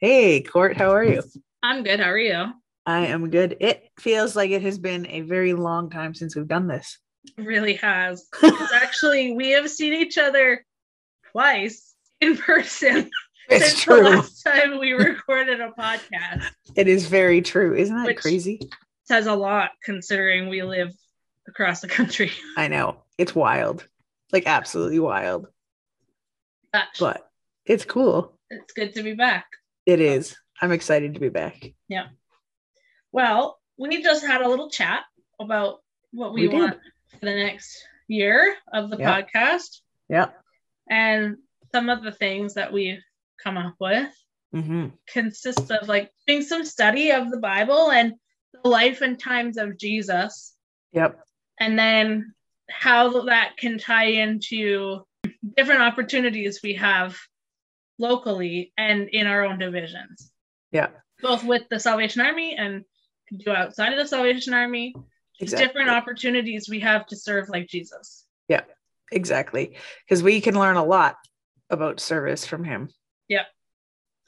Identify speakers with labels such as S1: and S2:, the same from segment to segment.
S1: Hey, Court, how are you?
S2: I'm good. How are you?
S1: I am good. It feels like it has been a very long time since we've done this.
S2: Really has. It's actually, we have seen each other twice in person
S1: It's
S2: since the
S1: true.
S2: last time we recorded a podcast.
S1: It is very true. Isn't that
S2: Which-
S1: crazy?
S2: Says a lot considering we live across the country.
S1: I know. It's wild. Like absolutely wild.
S2: Gosh,
S1: But it's cool.
S2: it's good to be back.
S1: It is. I'm excited to be back.
S2: Well, we just had a little chat about what we,
S1: We did.
S2: want for the next year of the
S1: Yeah.
S2: podcast
S1: Yeah.
S2: and some of the things that we've come up with.
S1: hmm
S2: consists of like doing some study of the Bible and the life and times of Jesus,
S1: Yep.
S2: and then how that can tie into different opportunities we have locally and in our own divisions,
S1: Yeah.
S2: both with the Salvation Army and can do outside of the Salvation Army, just
S1: Exactly.
S2: different opportunities we have to serve like Jesus.
S1: Exactly. Because we can learn a lot about service from him.
S2: Yep.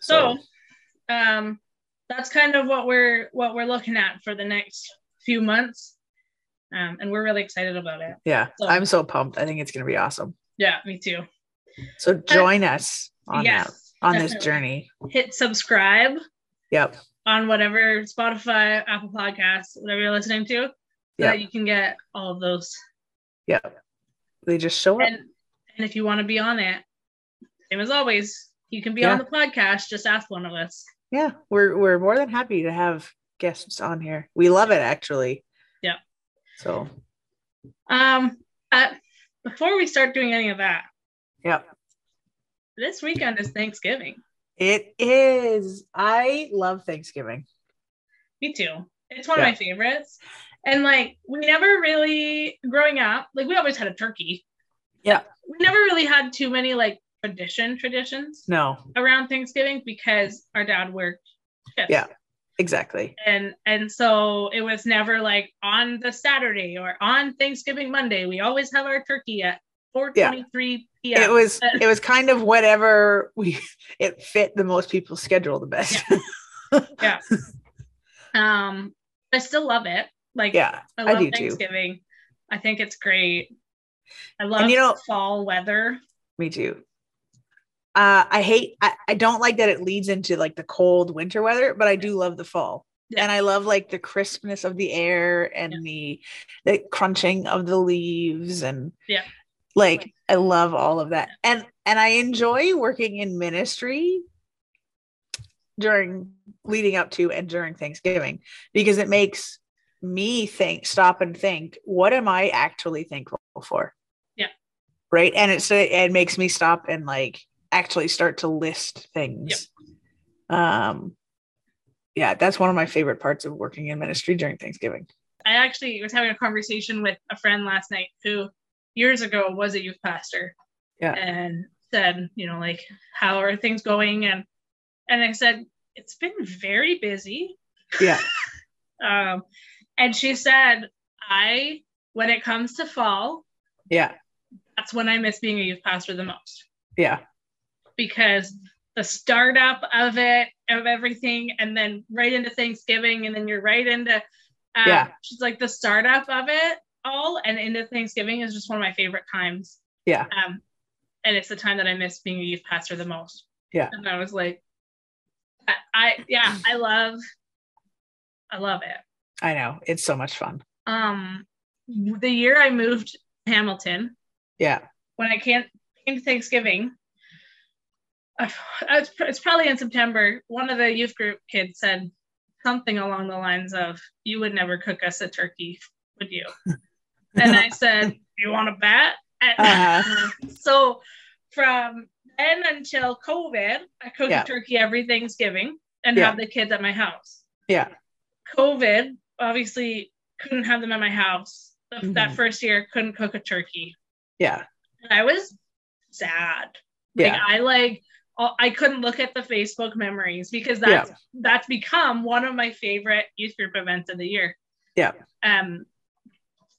S1: So,
S2: um, that's kind of what we're what we're looking at for the next few months, um, and we're really excited about it.
S1: yeah,
S2: so-
S1: I'm so pumped. I think it's going to be awesome.
S2: Yeah, me too.
S1: So join us on that,
S2: yes,
S1: on this
S2: definitely.
S1: journey.
S2: Hit subscribe
S1: Yep.
S2: on whatever Spotify, Apple Podcasts, whatever you're listening to, so
S1: Yeah.
S2: that you can get all of those.
S1: Yep. They just show up.
S2: And and if you want to be on it, same as always, you can be on
S1: Yeah.
S2: the podcast. Just ask one of us.
S1: yeah we're we're more than happy to have guests on here we love it actually
S2: Yeah.
S1: so
S2: Um, but before we start doing any of that,
S1: Yep.
S2: this weekend is Thanksgiving.
S1: it is i love thanksgiving
S2: Me too. It's one
S1: Yeah.
S2: of my favorites. And like we never really growing up, like we always had a turkey.
S1: Yeah.
S2: We never really had too many like tradition traditions
S1: no
S2: around Thanksgiving because our dad worked shifts.
S1: Yeah. exactly
S2: And and so it was never like on the Saturday or on Thanksgiving Monday. We always have our turkey at 4:23 p.m.
S1: it was it was kind of whatever we it fit the most people's schedule the best
S2: um I still love it. Like
S1: yeah
S2: I
S1: I
S2: love
S1: do too.
S2: Thanksgiving. I think it's great. I love
S1: you know-
S2: fall weather.
S1: me too uh i hate I, I don't like that it leads into like the cold winter weather but i do love the fall
S2: Yeah.
S1: and i love like the crispness of the air and
S2: Yeah.
S1: the the crunching of the leaves and
S2: Yeah.
S1: like i love all of that and and i enjoy working in ministry during leading up to and during thanksgiving because it makes me think stop and think what am i actually thankful for
S2: Yeah.
S1: right and it's it makes me stop and like actually start to list things um yeah that's one of my favorite parts of working in ministry during thanksgiving
S2: I actually was having a conversation with a friend last night who years ago was a youth pastor.
S1: Yeah.
S2: And said, you know, like, how are things going? And and I said, it's been very busy.
S1: yeah
S2: Um, and she said, I when it comes to fall,
S1: yeah
S2: that's when I miss being a youth pastor the most
S1: yeah
S2: because the startup of it, of everything, and then right into Thanksgiving, and then you're right into um,
S1: Yeah.
S2: She's like the startup of it all, and into Thanksgiving is just one of my favorite times.
S1: Yeah.
S2: Um, and it's the time that I miss being a youth pastor the most.
S1: Yeah.
S2: And I was like, I, I yeah, I love, I love it.
S1: i know it's so much fun
S2: Um, the year I moved to Hamilton,
S1: yeah
S2: when I can't came to Thanksgiving, I, I was, it's probably in September. One of the youth group kids said something along the lines of, "You would never cook us a turkey, would you?" And I said, "You want a bat?" And-
S1: Uh-huh.
S2: so from then until COVID, I cooked
S1: Yeah.
S2: a turkey every Thanksgiving and
S1: Yeah.
S2: have the kids at my house.
S1: Yeah.
S2: COVID obviously couldn't have them at my house. The- That
S1: Mhm.
S2: first year, couldn't cook a turkey.
S1: yeah
S2: And I was sad.
S1: yeah
S2: Like I like all- I couldn't look at the Facebook memories because that's that's become one of my favorite youth group events of the year.
S1: Yeah.
S2: Um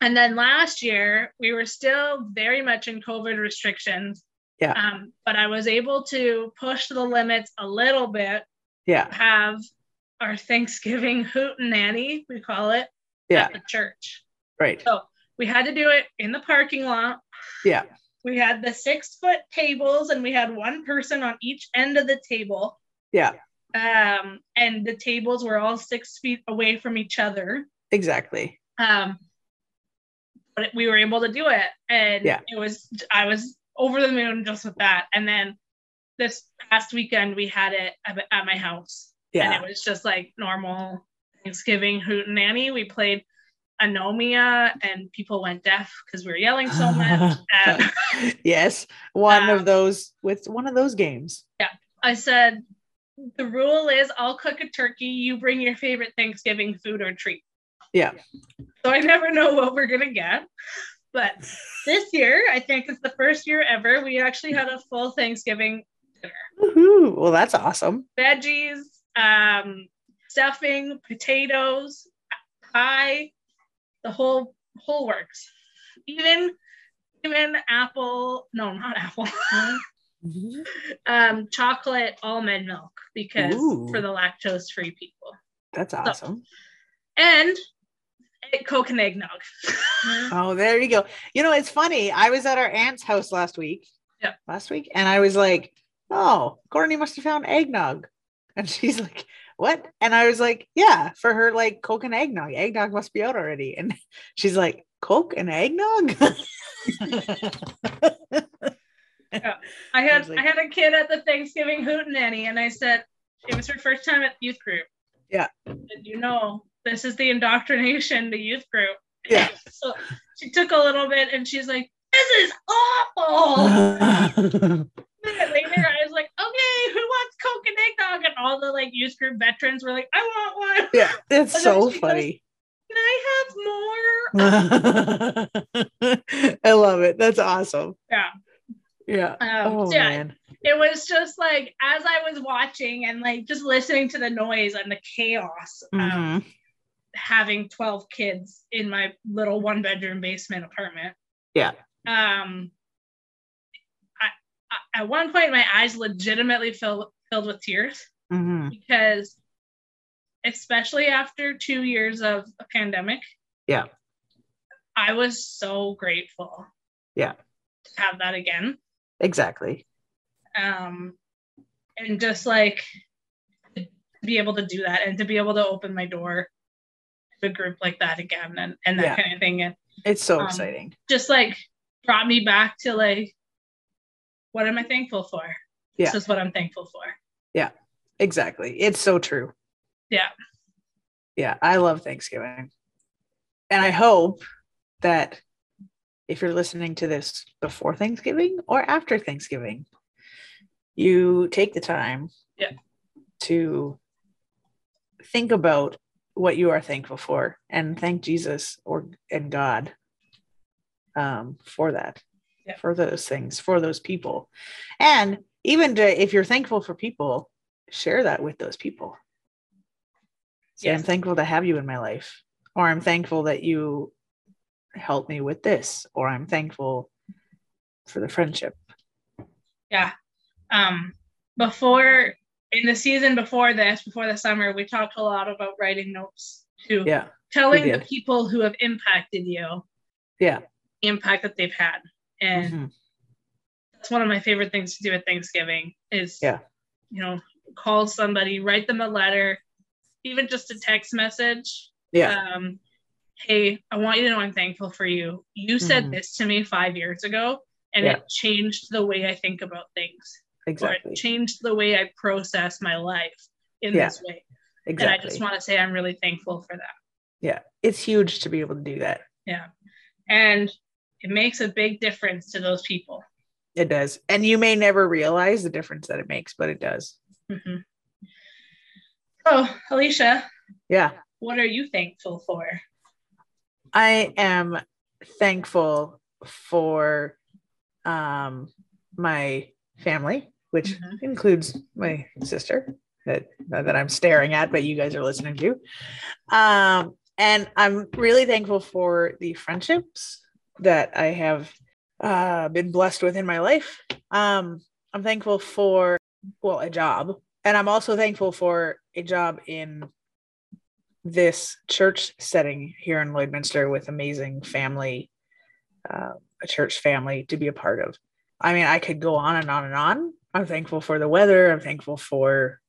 S2: and then last year we were still very much in COVID restrictions.
S1: Yeah.
S2: Um, but I was able to push the limits a little bit
S1: Yeah.
S2: have our Thanksgiving hoot and nanny, we call it,
S1: Yeah.
S2: at the church.
S1: Right.
S2: We had to do it in the parking lot.
S1: Yeah.
S2: We had the six foot tables and we had one person on each end of the table.
S1: Yeah.
S2: Um, and the tables were all six feet away from each other.
S1: Exactly.
S2: Um, but we were able to do it. And
S1: Yeah.
S2: it was, I was over the moon just with that. And then this past weekend, we had it at at my house
S1: Yeah.
S2: and it was just like normal Thanksgiving hootenanny. We played anomia, and people went deaf because we were yelling so much. And
S1: yes. One
S2: Um,
S1: of those with one of those games.
S2: I said, "The rule is, I'll cook a turkey. You bring your favorite Thanksgiving food or treat."
S1: Yeah.
S2: So I never know what we're gonna get, but this year I think it's the first year ever we actually had a full Thanksgiving
S1: Woohoo. Well, that's awesome.
S2: veggies, um, stuffing, potatoes, pie, the whole whole works. Even even apple, no, not apple, um, chocolate almond milk because
S1: Ooh.
S2: for the lactose free people.
S1: That's awesome.
S2: And it, Coke and eggnog.
S1: Oh, there you go. You know, it's funny. I was at our aunt's house last week.
S2: Yeah.
S1: Last week. And I was like, oh, Courtney must have found eggnog. And she's like, what? And I was like, yeah, for her, like Coke and eggnog. Eggnog must be out already. And she's like, Coke and eggnog?
S2: I had
S1: Sounds like-
S2: I had a kid at the Thanksgiving hootenanny, and I said it was her first time at youth group.
S1: Yeah.
S2: And you know, this is the indoctrination to youth group.
S1: Yeah.
S2: so she took a little bit, and she's like, "This is awful." And Later, I was like, "Okay, who wants Coke and eggnog?" And all the like youth group veterans were like, "I want one.
S1: yeah, that's
S2: And then
S1: so
S2: she goes-
S1: funny.
S2: Can I have more?"
S1: I love it. That's awesome.
S2: Yeah.
S1: Yeah.
S2: Um,
S1: Oh
S2: so yeah,
S1: man.
S2: it was just like as I was watching and like just listening to the noise and the chaos. Um,
S1: Mhm.
S2: having 12 kids in my little one bedroom basement apartment.
S1: Yeah.
S2: Um I, I at one point my eyes legitimately filled filled with tears
S1: Mhm.
S2: because especially after 2 years of a pandemic.
S1: Yeah.
S2: I was so grateful.
S1: Yeah.
S2: To have that again.
S1: Exactly.
S2: Um and just like to be able to do that and to be able to open my door to a group like that again and, and that
S1: Yeah.
S2: kind of thing. And
S1: It's so
S2: Um,
S1: exciting.
S2: just like brought me back to like what am i thankful for
S1: Yeah.
S2: this is what i'm thankful for
S1: Exactly. It's so true.
S2: Yeah.
S1: Yeah. I love Thanksgiving. And I hope that if you're listening to this before Thanksgiving or after Thanksgiving, you take the time
S2: Yeah.
S1: to think about what you are thankful for and thank Jesus or and God um, for that,
S2: Yeah.
S1: for those things, for those people. And even to, if you're thankful for people, share that with those people. Say, I'm
S2: Yes.
S1: thankful to have you in my life, or I'm thankful that you helped me with this, or I'm thankful for the friendship.
S2: um before in the season before this before the summer we talked a lot about writing notes to
S1: Yeah.
S2: telling
S1: we
S2: the
S1: did.
S2: people who have impacted you
S1: Yeah.
S2: the impact that they've had and
S1: Mhm.
S2: that's one of my favorite things to do at thanksgiving is
S1: Yeah.
S2: you know call somebody write them a letter even just a text message
S1: Yeah.
S2: um, hey, I want you to know I'm thankful for you. You said
S1: Mhm.
S2: this to me five years ago, and it changed the way I think about things, or
S1: Exactly.
S2: it changed the way I process my life in
S1: Yeah,
S2: this way.
S1: Exactly.
S2: And I just want to say I'm really thankful for that.
S1: it's huge to be able to do that.
S2: And it makes a big difference to those people.
S1: It does. And you may never realize the difference that it makes, but it does.
S2: hmm So, Alicia,
S1: Yeah.
S2: what are you thankful for?
S1: I am thankful for um, my family, which
S2: Mhm.
S1: includes my sister that that I'm staring at, but you guys are listening to. Um, and I'm really thankful for the friendships that I have uh, been blessed with in my life. Um, I'm thankful for well a job And I'm also thankful for a job in this church setting here in Lloydminster with amazing family, uh, a church family to be a part of. I mean, I could go on and on and on. I'm thankful for the weather. I'm thankful for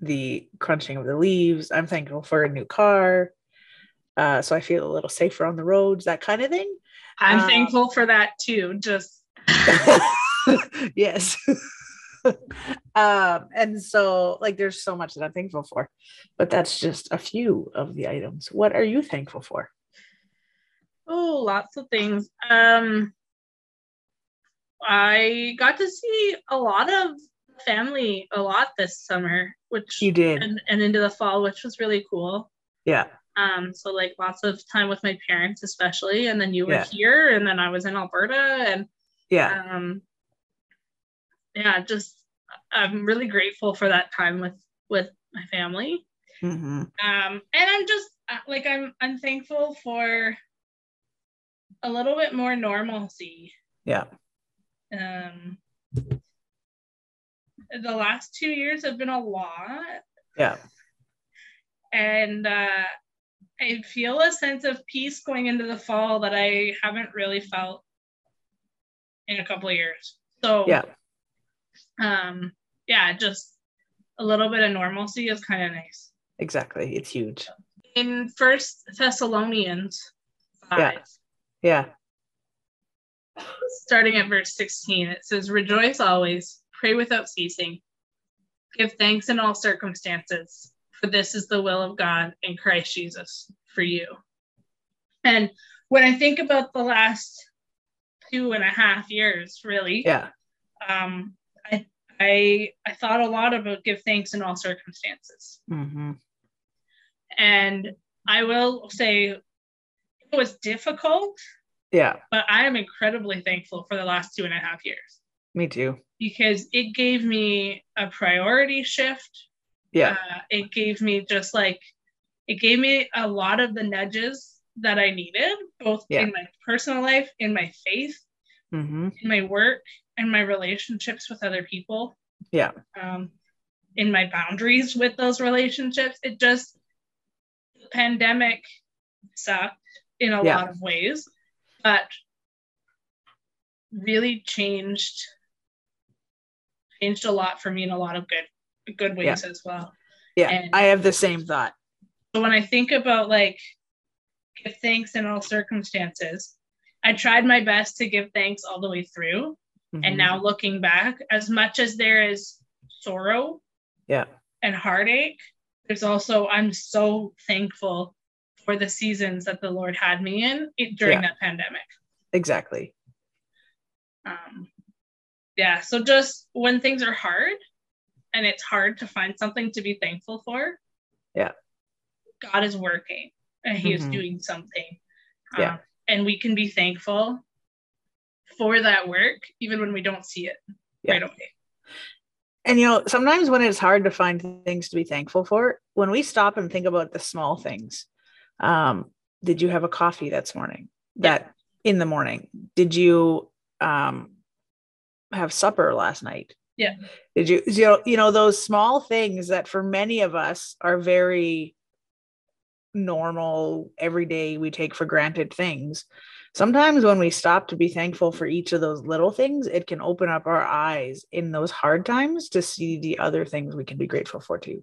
S1: the crunching of the leaves. I'm thankful for a new car. Uh, so I feel a little safer on the roads, that kind of thing.
S2: I'm
S1: Um,
S2: thankful for that too. Just
S1: yes. um, and so, like, there's so much that I'm thankful for, but that's just a few of the items. What are you thankful for?
S2: oh, lots of things. Um, I got to see a lot of family a lot this summer, which
S1: You did.
S2: and, and into the fall, which was really cool.
S1: Yeah.
S2: Um, so like lots of time with my parents, especially, and then you were
S1: Yeah.
S2: here, and then I was in Alberta, and
S1: Yeah.
S2: um, yeah, just I'm really grateful for that time with with my family.
S1: hmm
S2: um and i'm just uh, like i'm i'm thankful for a little bit more normalcy
S1: Yeah.
S2: um the last two years have been a lot
S1: Yeah.
S2: and uh i feel a sense of peace going into the fall that i haven't really felt in a couple of years so
S1: Yeah.
S2: um yeah just a little bit of normalcy is kind of nice
S1: Exactly. It's huge.
S2: in first thessalonians
S1: Yeah.
S2: five,
S1: Yeah.
S2: starting at verse 16, it says, Rejoice always, pray without ceasing, give thanks in all circumstances, for this is the will of God in Christ Jesus for you. And when I think about the last two and a half years, really,
S1: Yeah.
S2: um, I, I, I thought a lot about give thanks in all circumstances.
S1: hmm
S2: And I will say it was difficult,
S1: Yeah.
S2: but I am incredibly thankful for the last two and a half years.
S1: Me too.
S2: because it gave me a priority shift.
S1: Yeah.
S2: Uh, it gave me just like, it gave me a lot of the nudges that I needed, both
S1: Yeah.
S2: in my personal life, in my faith,
S1: hmm
S2: in my work, and my relationships with other people.
S1: Yeah.
S2: Um, in my boundaries with those relationships. It just, the pandemic sucked in a
S1: Yeah.
S2: lot of ways, but really changed changed a lot for me in a lot of good good ways as well.
S1: Yeah.
S2: And-
S1: I have the same thought.
S2: So when I think about like give thanks in all circumstances, I tried my best to give thanks all the way through.
S1: Mhm.
S2: And now looking back, as much as there is sorrow
S1: Yeah.
S2: and heartache, there's also I'm so thankful for the seasons that the Lord had me in it, during that pandemic.
S1: Exactly.
S2: Um, yeah, so just when things are hard and it's hard to find something to be thankful for,
S1: Yeah.
S2: God is working and He is
S1: Mhm.
S2: doing something.
S1: Yeah.
S2: Um, and we can be thankful for that work even when we don't see it
S1: Yeah.
S2: right away.
S1: And you know, sometimes when it's hard to find things to be thankful for, when we stop and think about the small things, um, did you have a coffee that's morning?
S2: Yeah.
S1: That in the morning, did you um, have supper last night?
S2: Yeah.
S1: Did you you know, you know those small things that for many of us are very normal, everyday we take for granted things. Sometimes when we stop to be thankful for each of those little things, it can open up our eyes in those hard times to see the other things we can be grateful for too.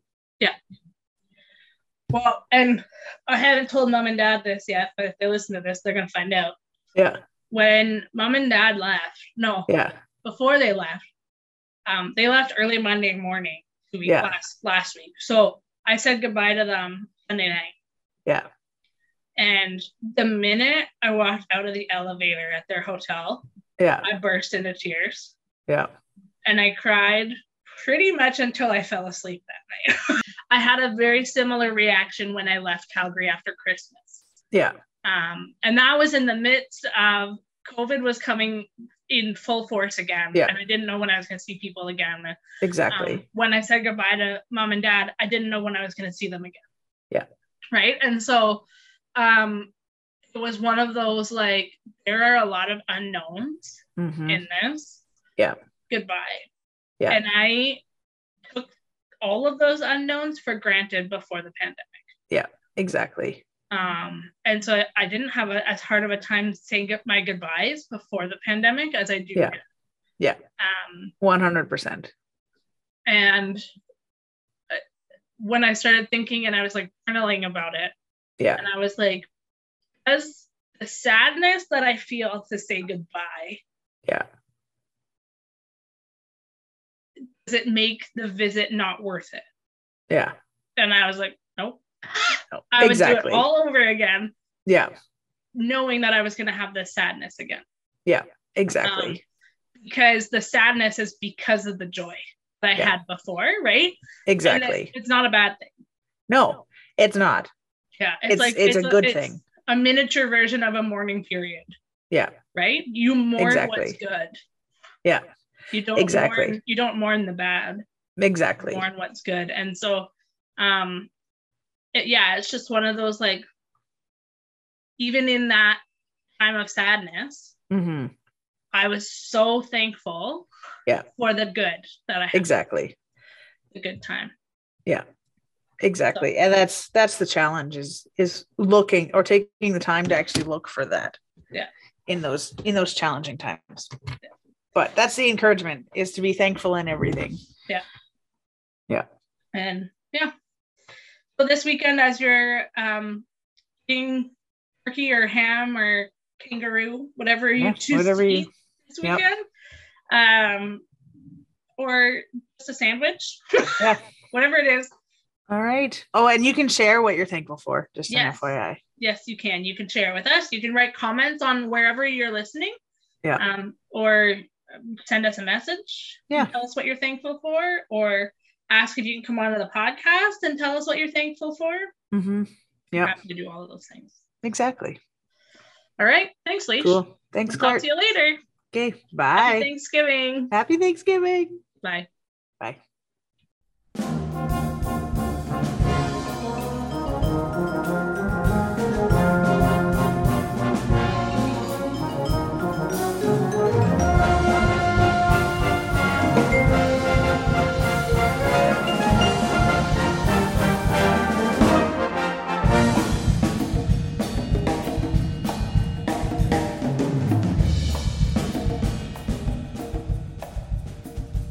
S2: Well, and I haven't told mom and dad this yet, but if they listen to this, they're going to find out.
S1: Yeah.
S2: When mom and dad left, no,
S1: Yeah.
S2: before they left, um, they left early Monday morning to week
S1: Yeah.
S2: last, last week. So I said goodbye to them Sunday night.
S1: Yeah.
S2: And the minute I walked out of the elevator at their hotel,
S1: Yeah.
S2: I burst into tears
S1: Yeah.
S2: and I cried pretty much until I fell asleep that night. I had a very similar reaction when I left Calgary after Christmas.
S1: Yeah.
S2: Um, and that was in the midst of COVID was coming in full force again.
S1: Yeah.
S2: And I didn't know when I was going to see people again. Um,
S1: Exactly.
S2: when I said goodbye to mom and dad, I didn't know when I was going to see them again.
S1: Yeah.
S2: Right. And so um, it was one of those like, there are a lot of unknowns
S1: Mhm.
S2: in this.
S1: Yeah.
S2: Goodbye.
S1: Yeah.
S2: And I took all of those unknowns for granted before the pandemic.
S1: Exactly.
S2: Um, and so I, I didn't have a, as hard of a time saying good- my goodbyes before the pandemic as I do
S1: Yeah.
S2: now.
S1: Yeah.
S2: Um,
S1: 100%.
S2: and uh, when I started thinking and I was like journaling about it,
S1: Yeah.
S2: and I was like, does the sadness that I feel to say goodbye,
S1: Yeah.
S2: does it make the visit not worth it?
S1: Yeah.
S2: And I was like, nope.
S1: No,
S2: I would do
S1: exactly.
S2: it all over again,
S1: yeah.
S2: knowing that I was going to have this sadness again.
S1: Exactly.
S2: Um, because the sadness is because of the joy that I
S1: Yeah.
S2: had before, right? And it's-
S1: exactly.
S2: It's, not a bad thing.
S1: no, it's not.
S2: Yeah.
S1: It's, it's, a good
S2: it's
S1: thing.
S2: A miniature version of a mourning period.
S1: Yeah.
S2: Right? You mourn what's
S1: Exactly.
S2: good.
S1: Yeah.
S2: You don't
S1: Exactly.
S2: mourn, you don't mourn the bad.
S1: Exactly.
S2: mourn what's good. And so um it- yeah, it's just one of those like even in that time of sadness,
S1: hmm
S2: I was so thankful
S1: Yeah.
S2: for the good that I had
S1: Exactly.
S2: the good time.
S1: Exactly. And that's that's the challenge is is looking or taking the time to actually look for that.
S2: Yeah.
S1: In those in those challenging times. But that's the encouragement is to be thankful in everything.
S2: and yeah. So this weekend, as you're um, eating turkey or ham or kangaroo, whatever you
S1: Yeah,
S2: choose
S1: whatever
S2: to
S1: you-
S2: eat this
S1: yep.
S2: weekend, um, or just a sandwich,
S1: Yeah.
S2: whatever it is,
S1: All right. Oh, and you can share what you're thankful for, just
S2: Yes.
S1: an FYI.
S2: yes, you can. You can share it with us. You can write comments on wherever you're listening.
S1: Yeah.
S2: Um, or um, send us a message. and
S1: Yeah.
S2: Tell us what you're thankful for, or ask if you can come onto the podcast and tell us what you're thankful for.
S1: Mm-hmm. Yep.
S2: Happy to do all of those things.
S1: Exactly.
S2: All right. Thanks, Leash.
S1: Cool. Thanks,
S2: We'll talk
S1: Clark.
S2: to you later.
S1: Okay.
S2: Happy
S1: Bye.
S2: Thanksgiving.
S1: Happy Thanksgiving.
S2: Bye.
S1: Bye.